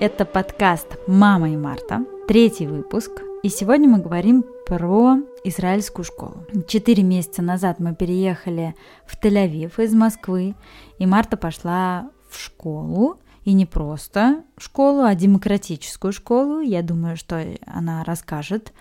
Это подкаст «Мама и Марта», третий выпуск. И сегодня мы говорим про израильскую школу. Четыре месяца назад мы переехали в Тель-Авив из Москвы, и Марта пошла в школу, и не просто школу, а демократическую школу. Я думаю, что она расскажет,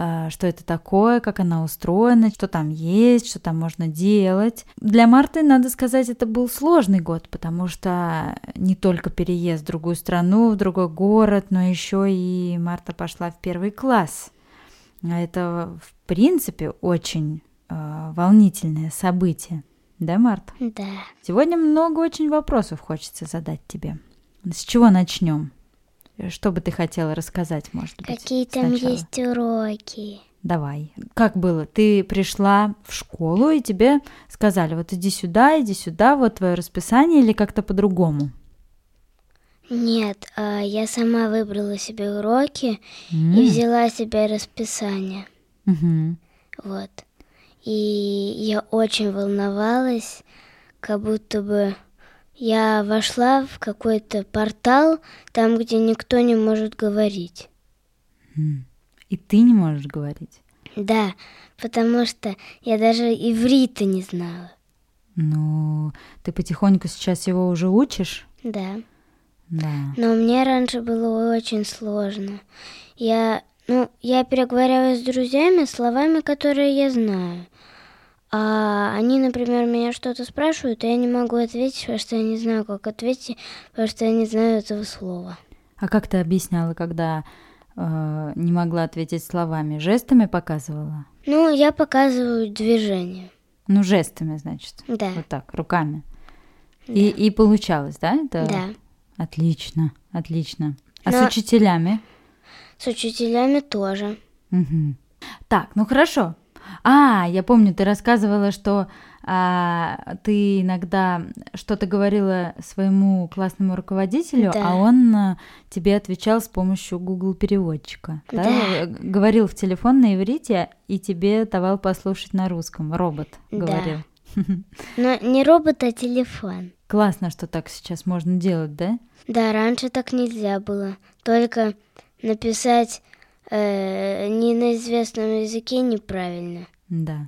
а, что это такое, как она устроена, что там есть, что там можно делать. Для Марты, надо сказать, это был сложный год, потому что не только переезд в другую страну, в другой город, но еще и Марта пошла в первый класс. Это, в принципе, очень э, волнительное событие. Да, Марта? Да. Сегодня много очень вопросов хочется задать тебе. С чего начнем? Что бы ты хотела рассказать, может быть? Какие там сначала? есть уроки? Давай. Как было? Ты пришла в школу, и тебе сказали, вот иди сюда, иди сюда, вот твое расписание, или как-то по-другому? Нет, а, я сама выбрала себе уроки М, и взяла себе расписание. мгм. Вот. И я очень волновалась, как будто бы я вошла в какой-то портал, там, где никто не может говорить. И ты не можешь говорить? Да, потому что я даже иврита не знала. Ну, ты потихоньку сейчас его уже учишь? Да. Да. Но мне раньше было очень сложно. Я, ну, я переговариваю с друзьями словами, которые я знаю. А они, например, меня что-то спрашивают, и я не могу ответить, потому что я не знаю, как ответить, потому что я не знаю этого слова. А как ты объясняла, когда э, не могла ответить словами? Жестами показывала? Ну, я показываю движение. Ну, жестами, значит. Да, Вот так, руками. И, и получалось, да? Это... да. Отлично, отлично. А Но- с учителями? С учителями тоже. Мгм. Так, ну хорошо. А, я помню, ты рассказывала, что а, ты иногда что-то говорила своему классному руководителю, Да. а он а, тебе отвечал с помощью Google переводчика. Да? Да. Э, Говорил в телефон на иврите и тебе давал послушать на русском. Робот Да. говорил. Но не робот, а телефон. Классно, что так сейчас можно делать, да? Да, раньше так нельзя было. Только написать э, не на известном языке неправильно. Да.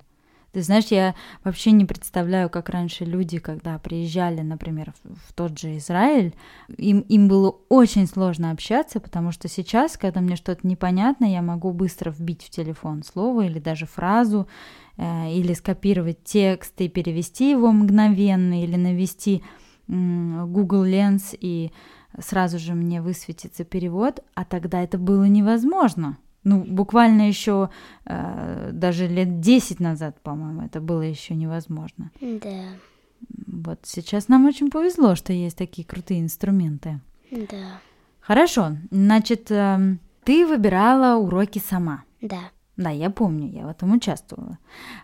Ты знаешь, я вообще не представляю, как раньше люди, когда приезжали, например, в, в тот же Израиль, им, им было очень сложно общаться, потому что сейчас, когда мне что-то непонятно, я могу быстро вбить в телефон слово или даже фразу, э, или скопировать текст и перевести его мгновенно, или навести м, Google Lens и сразу же мне высветится перевод, а тогда это было невозможно. Ну, буквально еще э, даже лет 10 назад, по-моему, это было еще невозможно. Да, Вот сейчас нам очень повезло, что есть такие крутые инструменты. да, Хорошо, значит, эм, ты выбирала уроки сама. да. Да, я помню, я в этом участвовала.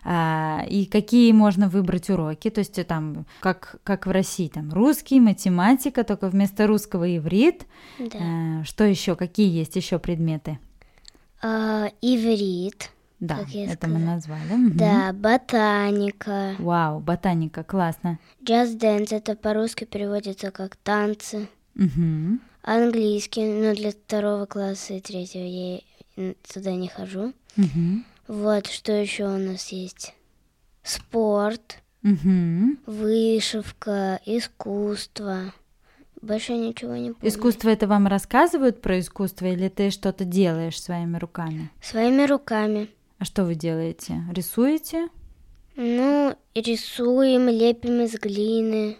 А, и какие можно выбрать уроки? То есть э, там, как, как в России, там русский, математика, только вместо русского иврит. да. Э, что еще? Какие есть еще предметы? А, иврит, Да, Как я это мы сказала. назвали. Мгм. да, ботаника, Вау, ботаника, классно. джаз дэнс, это по-русски переводится как танцы, Мгм. английский, но для второго класса и третьего я м, туда не хожу. Мгм. Вот, что еще у нас есть? Спорт, Мгм. вышивка, искусство. Больше я ничего не помню. Искусство это вам рассказывают про искусство, или ты что-то делаешь своими руками? Своими руками. А что вы делаете? Рисуете? Ну, и рисуем, лепим из глины.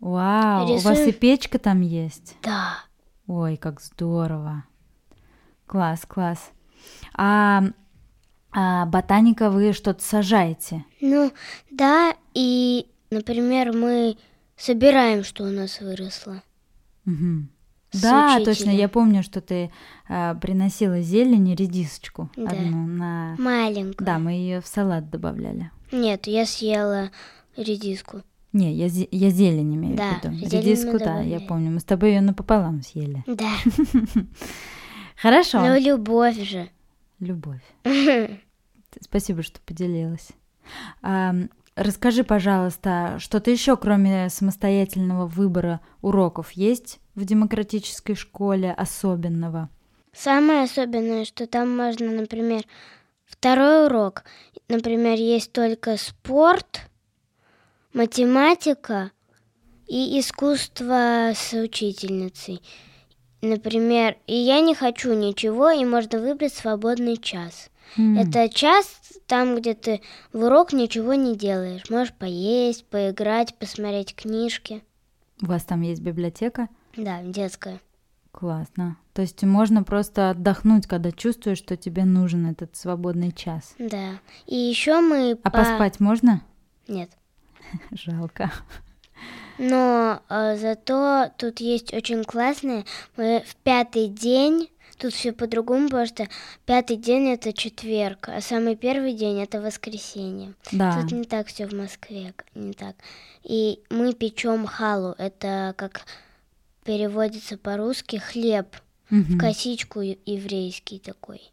Вау, у вас и Рисуем. печка там есть. Да. Ой, как здорово. Класс, класс. А, а ботаника вы что-то сажаете? Ну, да, и, например, мы собираем, что у нас выросло. Мгм. С Да, учителем. точно. Я помню, что ты а, приносила зелень и редисочку Да. одну на. Маленькую. Да, мы ее в салат добавляли. Нет, я съела редиску. Не, я, зе- я зелень имею Да, в виду. зелень мы Редиску, да, я добавляли. помню. Мы с тобой ее напополам съели. Да. Хорошо. Но любовь же. Любовь. Т- Спасибо, что поделилась. А, м, Расскажи, пожалуйста, что-то еще, кроме самостоятельного выбора уроков, есть в демократической школе особенного? Самое особенное, что там можно, например, второй урок, например, есть только спорт, математика и искусство с учительницей. Например, и я не хочу ничего, и можно выбрать свободный час. М, Это час там, где ты в урок ничего не делаешь. Можешь поесть, поиграть, посмотреть книжки. У вас там есть библиотека? Да, детская. Классно. То есть можно просто отдохнуть, когда чувствуешь, что тебе нужен этот свободный час. Да. И еще мы... А по- поспать можно? Нет. Жалко. Но э, зато тут есть очень классное. Мы в пятый день, тут все по-другому, потому что пятый день это четверг, а самый первый день это воскресенье. Да. Тут не так все в Москве, к- не так. И мы печем халу, это как переводится по-русски хлеб, в Мгм. косичку е- еврейский такой.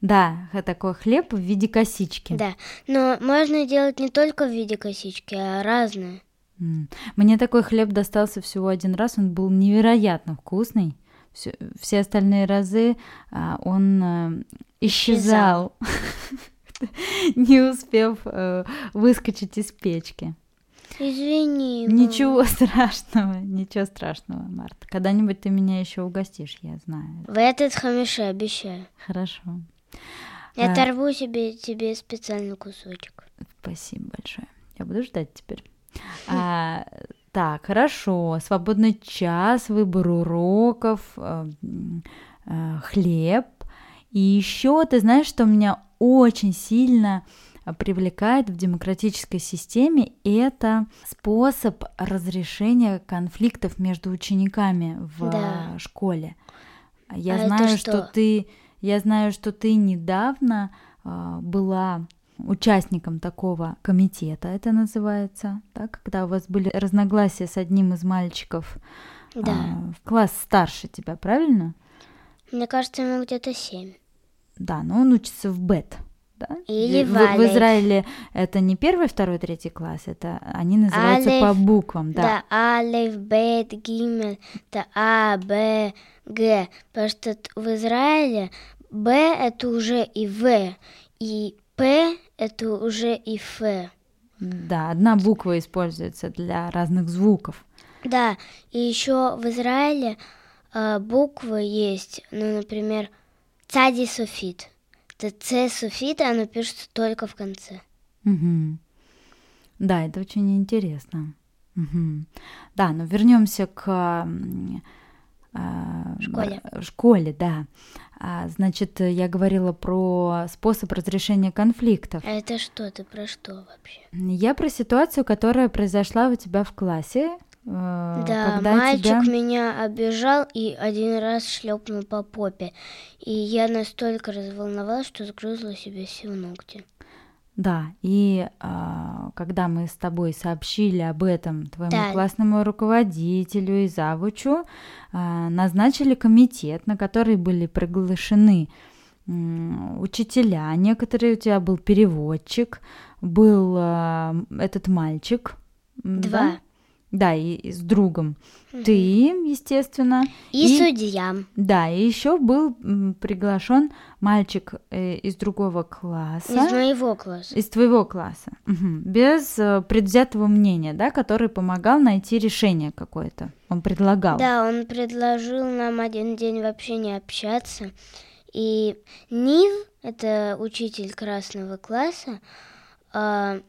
Да, х- такой хлеб в виде косички. Да, но можно делать не только в виде косички, а разные. М. Мне такой хлеб достался всего один раз, он был невероятно вкусный. Всё- Все, остальные разы а, он э, исчезал, не успев э, выскочить из печки. Извини. мам. Ничего страшного, ничего страшного, Марта. Когда-нибудь ты меня еще угостишь, я знаю. В этот хамиши обещаю. Хорошо. Я А. оторву себе, тебе специальный кусочек. Спасибо большое. Я буду ждать теперь. А, так, хорошо. Свободный час, выбор уроков, э, м, э, хлеб. И еще ты знаешь, что меня очень сильно э, привлекает в демократической системе это способ разрешения конфликтов между учениками в Да. э, школе. Я А это знаю, что что? ты, я знаю, что ты недавно а, была участником такого комитета, это называется, да, когда у вас были разногласия с одним из мальчиков Да. а, в класс старше тебя, правильно? Мне кажется, ему где-то семь. Да, но он учится в БЭТ. Да? Или в, в, в Алеф. Израиле это не первый, второй, третий класс, это они называются по Алеф, буквам, да. Да, А, Алеф, Бет, Гимель, это А, Б, Г. Потому что т- в Израиле Б это уже и В, и П это уже и Ф. Да, одна буква используется для разных звуков. Да, и еще в Израиле э, буквы есть, ну, например, Цади суфит. Это Ц суфит, и оно пишется только в конце. Мгм. Да, это очень интересно. Мгм. Да, но вернемся к м, а, Школе. р- школе, да. А, значит, я говорила про способ разрешения конфликтов. А это что ты про что вообще? Я про ситуацию, которая произошла у тебя в классе. А, э, Да, Да, мальчик меня обижал и один раз шлепнул по попе. И я настолько разволновалась, что сгрызла себе все ногти. Да, и а, когда мы с тобой сообщили об этом твоему Да. классному руководителю и завучу, а, назначили комитет, на который были приглашены м, учителя, некоторые у тебя был переводчик, был а, этот мальчик. м, Два. Да, Да, и, и с другом. Ты, естественно. И, И- судья. Да, и еще был м, приглашен мальчик э, из другого класса. Из моего класса. Из твоего класса. Мгм. Без э, предвзятого мнения, да, который помогал найти решение какое-то. Он предлагал. Да, он предложил нам один день вообще не общаться. И Нив, это учитель красного класса, а,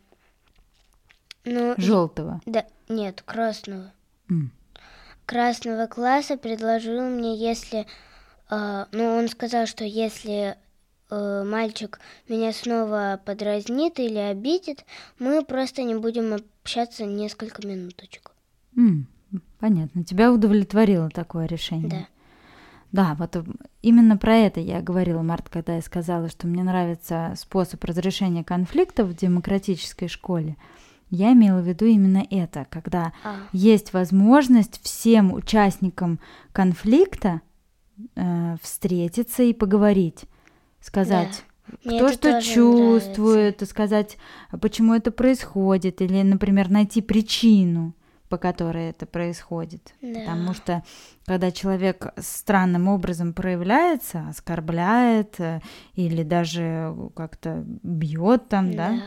ну, и- Желтого. да, нет, красного. М. Красного класса предложил мне, если, а, ну, он сказал, что если э, мальчик меня снова подразнит или обидит, мы просто не будем общаться несколько минуточек. М. Понятно. Тебя удовлетворило такое решение. Да. Да, вот э, именно про это я говорила, Март, когда я сказала, что мне нравится способ разрешения конфликтов в демократической школе. Я имела в виду именно это, когда А. есть возможность всем участникам конфликта э, встретиться и поговорить, сказать, Мне кто это что тоже чувствует, и сказать, а почему это происходит, или, например, найти причину, по которой это происходит. Да. Потому что когда человек странным образом проявляется, оскорбляет э, или даже как-то бьет там, да,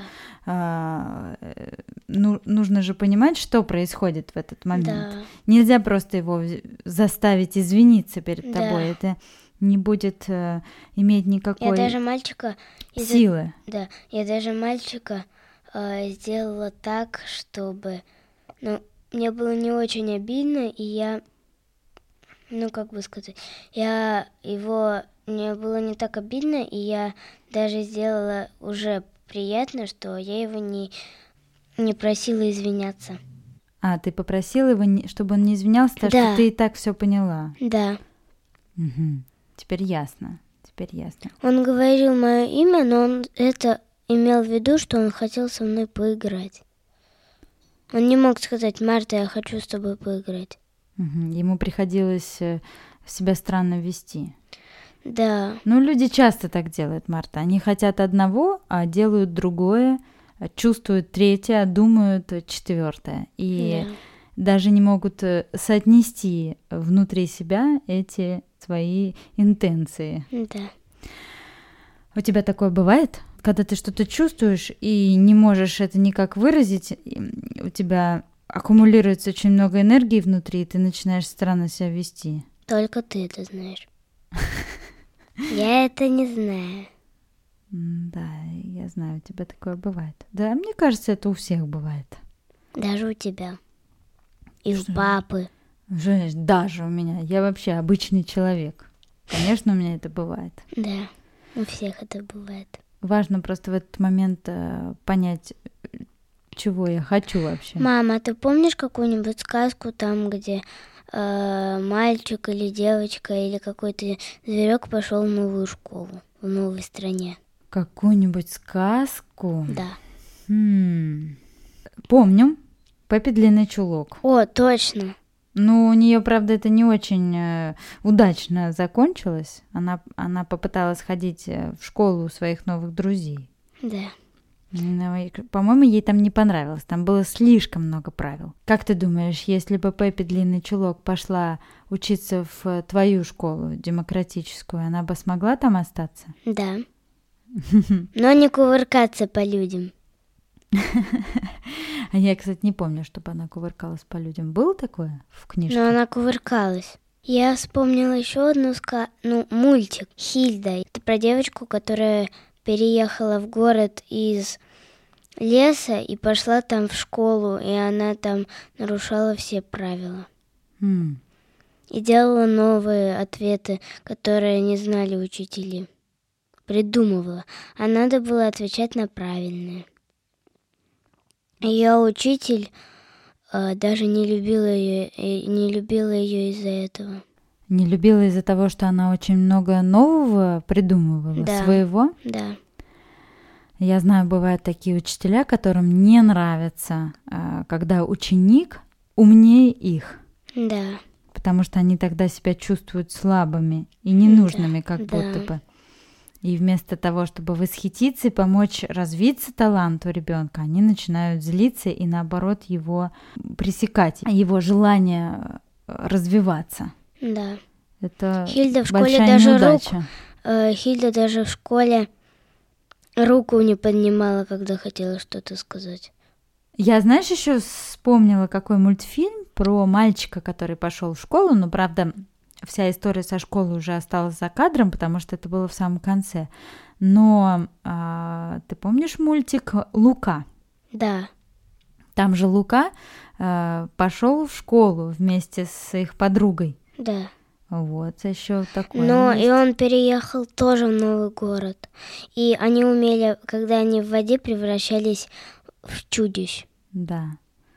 а, э, ну, нужно же понимать, что происходит в этот Да, момент. да, Нельзя просто его вз- заставить извиниться перед Да. тобой. Это не будет э, иметь никакой Я даже мальчика из- силы. Да, я даже мальчика э, сделала так, чтобы... Ну, мне было не очень обидно, и я... Ну, как бы сказать, я его... Мне было не так обидно, и я даже сделала уже приятно, что я его не, не просила извиняться. А, ты попросила его, не- чтобы он не извинялся, потому Да. что ты и так все поняла. Да. Мгм. Теперь ясно. Теперь ясно. Он говорил мое имя, но он это имел в виду, что он хотел со мной поиграть. Он не мог сказать, Марта, я хочу с тобой поиграть. Мгм. Ему приходилось э, себя странно вести. Да, Ну, люди часто так делают, Марта. Они хотят одного, а делают другое, а чувствуют третье, а думают четвертое. И даже не могут э, соотнести внутри себя эти свои интенции. да, да. У тебя такое бывает? Когда ты что-то чувствуешь и не можешь это никак выразить, и, м, у тебя аккумулируется очень много энергии внутри, и ты начинаешь странно себя вести. Только ты это знаешь. Я это не знаю. М, Да, я знаю, у тебя такое бывает. Да, мне кажется, это у всех бывает. Даже у тебя. И Что? у папы. Знаешь, даже у меня. Я вообще обычный человек. Конечно, у меня это бывает. Да. У всех это бывает. Важно просто в этот момент э, понять, э, чего я хочу вообще. Мама, ты помнишь какую-нибудь сказку там, где э, мальчик или девочка или какой-то зверек пошел в новую школу в новой стране? Какую-нибудь сказку. Да. М. Помню. Пеппи длинный чулок. О, точно. Ну, у нее, правда, это не очень э, удачно закончилось. Она, она попыталась ходить э, в школу у своих новых друзей. Да. Ну, и, к- по-моему, ей там не понравилось. Там было слишком много правил. Как ты думаешь, если бы Пеппи Длинный Чулок пошла учиться в э, твою школу демократическую, она бы смогла там остаться? Да. Но не кувыркаться по людям. А я, кстати, не помню, чтобы она кувыркалась по людям. Было такое в книжке? Но она кувыркалась. Я вспомнила еще одну ска... ну, мультик Хильда. Это про девочку, которая переехала в город из леса и пошла там в школу, и она там нарушала все правила. М, И делала новые ответы, которые не знали учители. Придумывала. А надо было отвечать на правильные. Ее учитель э, даже не любила ее, не любила ее из-за этого. Не любила из-за того, что она очень много нового придумывала, Да. своего. Да, Я знаю, бывают такие учителя, которым не нравится, э, когда ученик умнее их. да, потому что они тогда себя чувствуют слабыми и ненужными, как да. будто бы. И вместо того, чтобы восхититься и помочь развиться таланту ребенка, они начинают злиться и наоборот его пресекать, его желание э, развиваться. да. Это Хильда в школе большая даже рук. неудача. э, Хильда даже в школе руку не поднимала, когда хотела что-то сказать. Я, знаешь, еще вспомнила какой мультфильм про мальчика, который пошел в школу, но правда вся история со школы уже осталась за кадром, потому что это было в самом конце. Но а, ты помнишь мультик Лука? Да, Там же Лука пошел в школу вместе с их подругой. да. Вот еще такое. Но есть. и он переехал тоже в новый город. И они умели, когда они в воде превращались в чудищ. Да.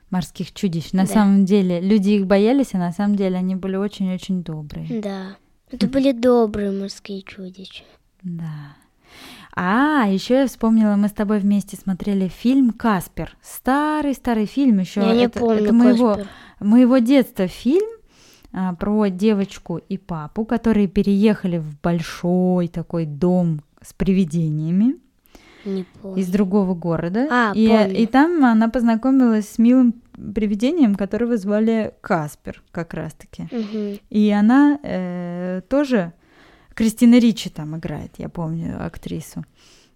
Морских чудищ. На Да. самом деле люди их боялись, а на самом деле они были очень-очень добрые. Да. Это были добрые морские чудища. Да. А, еще я вспомнила, мы с тобой вместе смотрели фильм Каспер. Старый-старый фильм еще. Я не это, помню. это моего, Каспер. моего детства фильм а, про девочку и папу, которые переехали в большой такой дом с привидениями Не помню. из другого города. А, и, э, помню. и там она познакомилась с милым привидением, которого звали Каспер как раз-таки. Мгм. И она э, тоже Кристина Ричи там играет, я помню актрису.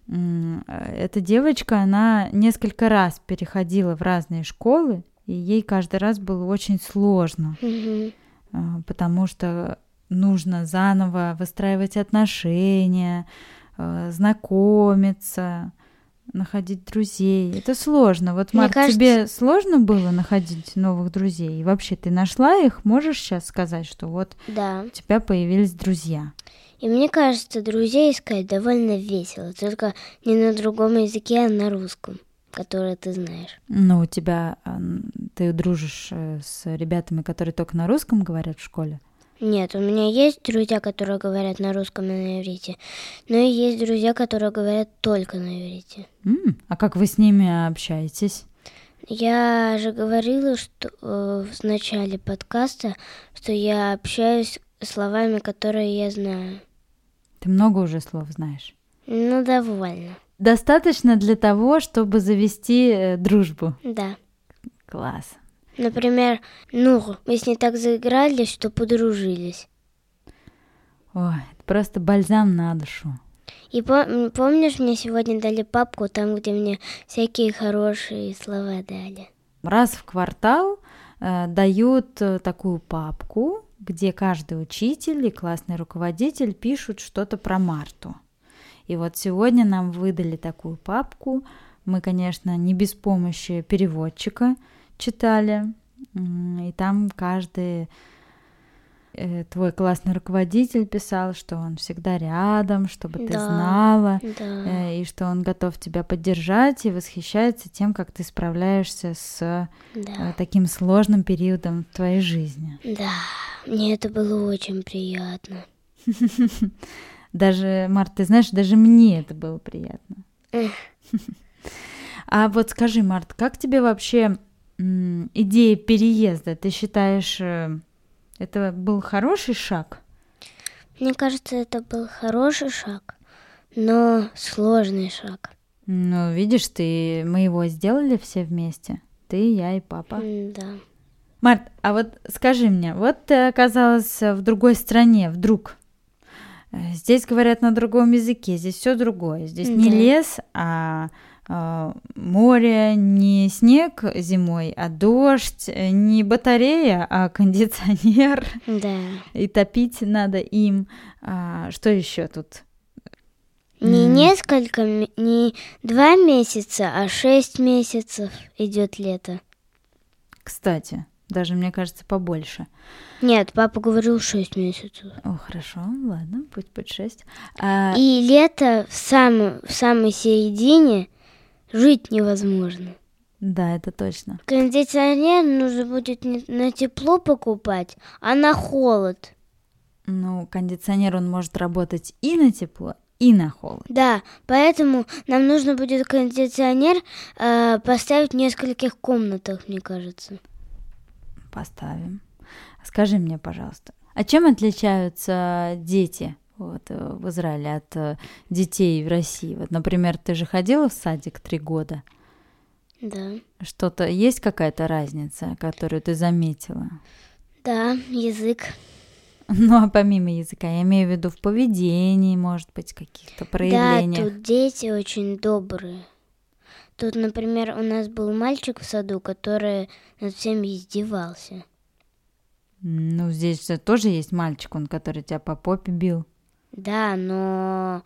М, э, Эта девочка, она несколько раз переходила в разные школы, и ей каждый раз было очень сложно, Мгм. э, потому что нужно заново выстраивать отношения, э, знакомиться, находить друзей. Это сложно. Вот, Мне Март, кажется- тебе сложно было находить новых друзей? И вообще, ты нашла их? Можешь сейчас сказать, что вот Да. у тебя появились друзья. И мне кажется, друзей искать довольно весело, только не на другом языке, а на русском, который ты знаешь. Но у тебя а, н- ты дружишь э, с ребятами, которые только на русском говорят в школе. Нет, у меня есть друзья, которые говорят на русском и на иврите, но и есть друзья, которые говорят только на иврите. М, А как вы с ними общаетесь? Я же говорила что, э, в начале подкаста, что я общаюсь словами, которые я знаю. Ты много уже слов знаешь. Ну, довольно. Достаточно для того, чтобы завести э, дружбу. Да. Класс. Например, ну, мы с ней так заигрались, что подружились. Ой, это просто бальзам на душу. И по- м, помнишь, мне сегодня дали папку, там, где мне всякие хорошие слова дали. Раз в квартал э, дают э, такую папку, где каждый учитель и классный руководитель пишут что-то про Марту. И вот сегодня нам выдали такую папку. Мы, конечно, не без помощи переводчика читали. М, И там каждый э, твой классный руководитель писал, что он всегда рядом, чтобы ты Да. знала, Да. э, и что он готов тебя поддержать и восхищается тем, как ты справляешься с э, Да. таким сложным периодом в твоей жизни. Да. Мне это было очень приятно. Даже, Март, ты знаешь, даже мне это было приятно. Эх. А вот скажи, Март, как тебе вообще м, идея переезда? Ты считаешь, э, это был хороший шаг? Мне кажется, это был хороший шаг, но сложный шаг. Ну, видишь, ты, мы его сделали все вместе. Ты, я и папа. М, Да. Март, а вот скажи мне, вот ты оказалась э, в другой стране, вдруг. Э, Здесь говорят на другом языке, здесь все другое. Здесь не Да. лес, а э, море, не снег зимой, а дождь, э, не батарея, а кондиционер, Да. и топить надо им. А, что еще тут? Не М. несколько, м- не два месяца, а шесть месяцев идет лето. Кстати, даже, мне кажется, побольше. Нет, папа говорил шесть месяцев. О, хорошо, ладно, пусть будет шесть. А, И лето в, самом, в самой середине жить невозможно. Да, это точно. Кондиционер нужно будет не на тепло покупать, а на холод. Ну, кондиционер он может работать и на тепло, и на холод. Да, поэтому нам нужно будет кондиционер э, поставить в нескольких комнатах, мне кажется. Поставим. Скажи мне, пожалуйста, а чем отличаются дети вот, э, в Израиле от э, детей в России? Вот, например, ты же ходила в садик три года. Да. Что-то есть какая-то разница, которую ты заметила? Да, язык. Ну, а помимо языка, я имею в виду в поведении, может быть, каких-то Да, проявлениях. тут дети очень добрые. Тут, например, у нас был мальчик в саду, который над всеми издевался. М, Ну, здесь же тоже есть мальчик, он, который тебя по попе бил. Да, но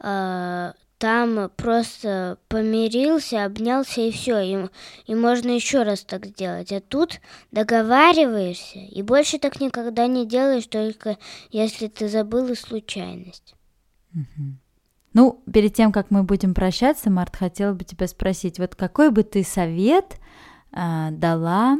э, там просто помирился, обнялся и все. И, и можно еще раз так сделать. А тут договариваешься и больше так никогда не делаешь, только если ты забыла случайность. Ну, перед тем, как мы будем прощаться, Март, хотела бы тебя спросить, вот какой бы ты совет а, дала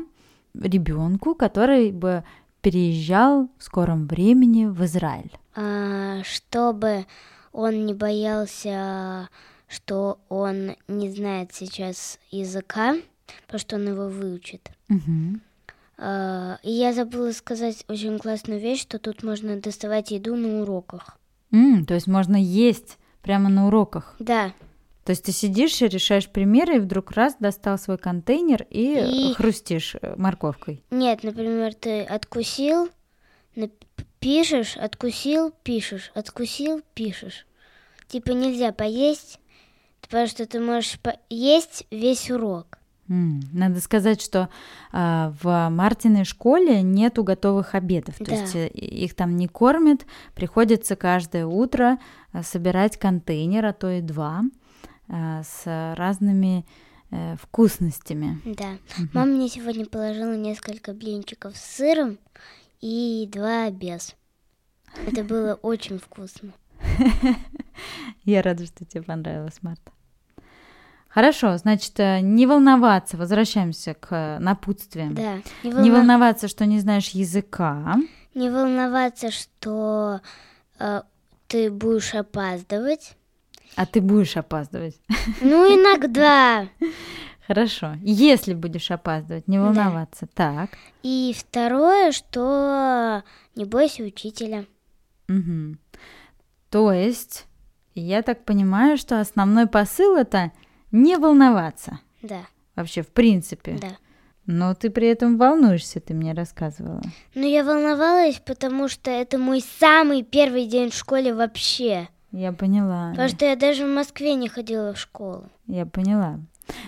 ребенку, который бы переезжал в скором времени в Израиль? А, чтобы он не боялся, что он не знает сейчас языка, потому что он его выучит. А, И я забыла сказать очень классную вещь, что тут можно доставать еду на уроках. М, то есть можно есть прямо на уроках. Да. То есть ты сидишь и решаешь примеры, и вдруг раз достал свой контейнер и, И- хрустишь э, морковкой. Нет, например, ты откусил, нап- пишешь, откусил, пишешь, откусил, пишешь. Типа нельзя поесть, потому что ты можешь поесть весь урок. М, Надо сказать, что а, в Мартиной школе нету готовых обедов, то Да. есть э, и- их там не кормят, приходится каждое утро а, собирать контейнер, а то и два, а, с разными э, вкусностями. Да. Мама мне сегодня положила несколько блинчиков с сыром и два без. Это было очень вкусно. Я рада, что тебе понравилось, Марта. Хорошо, значит, э, не волноваться, возвращаемся к э, напутствиям. Да. Не волна- волноваться, что не знаешь языка. Не волноваться, что э, ты будешь опаздывать. А ты будешь опаздывать. Ну, иногда. Хорошо. Если будешь опаздывать, не Да. волноваться. Так. И второе, что не бойся учителя. Мгм. То есть, я так понимаю, что основной посыл это не волноваться. Да, Вообще, в принципе. да. Но ты при этом волнуешься, ты мне рассказывала. Но я волновалась, потому что это мой самый первый день в школе вообще. Я поняла. Потому что я даже в Москве не ходила в школу. Я поняла.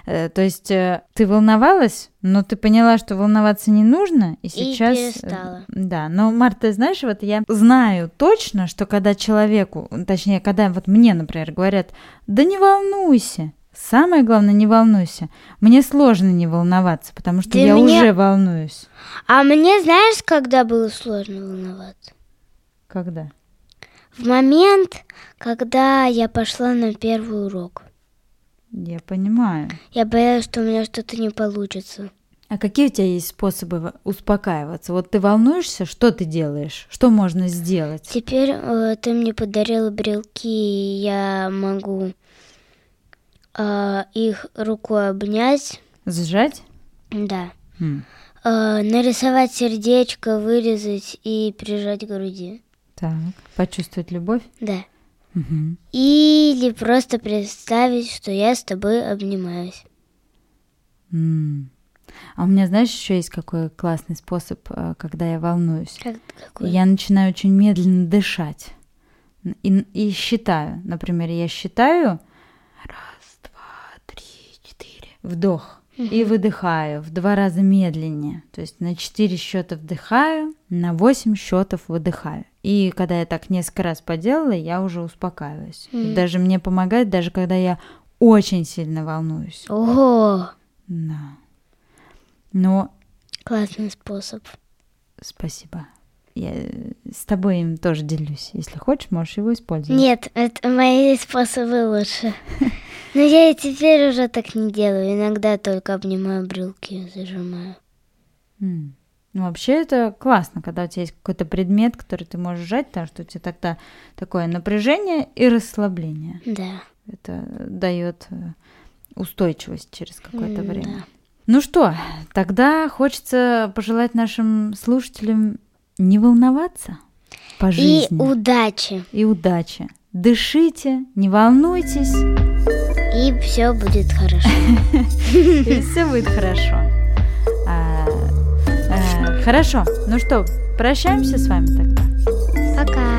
Э, то есть э, ты волновалась, но ты поняла, что волноваться не нужно, и сейчас... э, перестала. да, но, Марта, знаешь, вот я знаю точно, что когда человеку, точнее, когда вот мне, например, говорят, да не волнуйся, самое главное, не волнуйся, мне сложно не волноваться, потому что Да я мне- уже волнуюсь. А мне знаешь, когда было сложно волноваться? Когда? В момент, когда я пошла на первый урок. Я понимаю. Я боялась, что у меня что-то не получится. А какие у тебя есть способы во- успокаиваться? Вот ты волнуешься, что ты делаешь? Что можно сделать? Теперь э, ты мне подарила брелки, и я могу э, их рукой обнять. Сжать? Да. М, Э, нарисовать сердечко, вырезать и прижать к груди. Так, почувствовать любовь? Да. Мгм. Или просто представить, что я с тобой обнимаюсь. М. А у меня, знаешь, еще есть какой классный способ, э, когда я волнуюсь. Как, какой? Я начинаю очень медленно дышать Н- и, и считаю. Например, я считаю раз, два, три, четыре. Вдох. И выдыхаю в два раза медленнее. То есть на четыре счета вдыхаю, на восемь счетов выдыхаю. И когда я так несколько раз поделала, я уже успокаиваюсь. Мгм. Даже мне помогает, даже когда я очень сильно волнуюсь. Ого! Да. Но Классный способ. спасибо. Я э, с тобой им тоже делюсь. Если хочешь, можешь его использовать. Нет, это мои способы лучше. Но я и теперь уже так не делаю. Иногда только обнимаю брелки, зажимаю. М. Ну, вообще это классно, когда у тебя есть какой-то предмет, который ты можешь сжать, потому что у тебя тогда такое напряжение и расслабление. Да. Это дает э, устойчивость через какое-то М, время. Ну что, тогда хочется пожелать нашим слушателям не волноваться по И жизни. удачи. и удачи. Дышите, не волнуйтесь, И все будет хорошо. и все будет хорошо. А, э, Хорошо, ну что, прощаемся с вами тогда. Пока.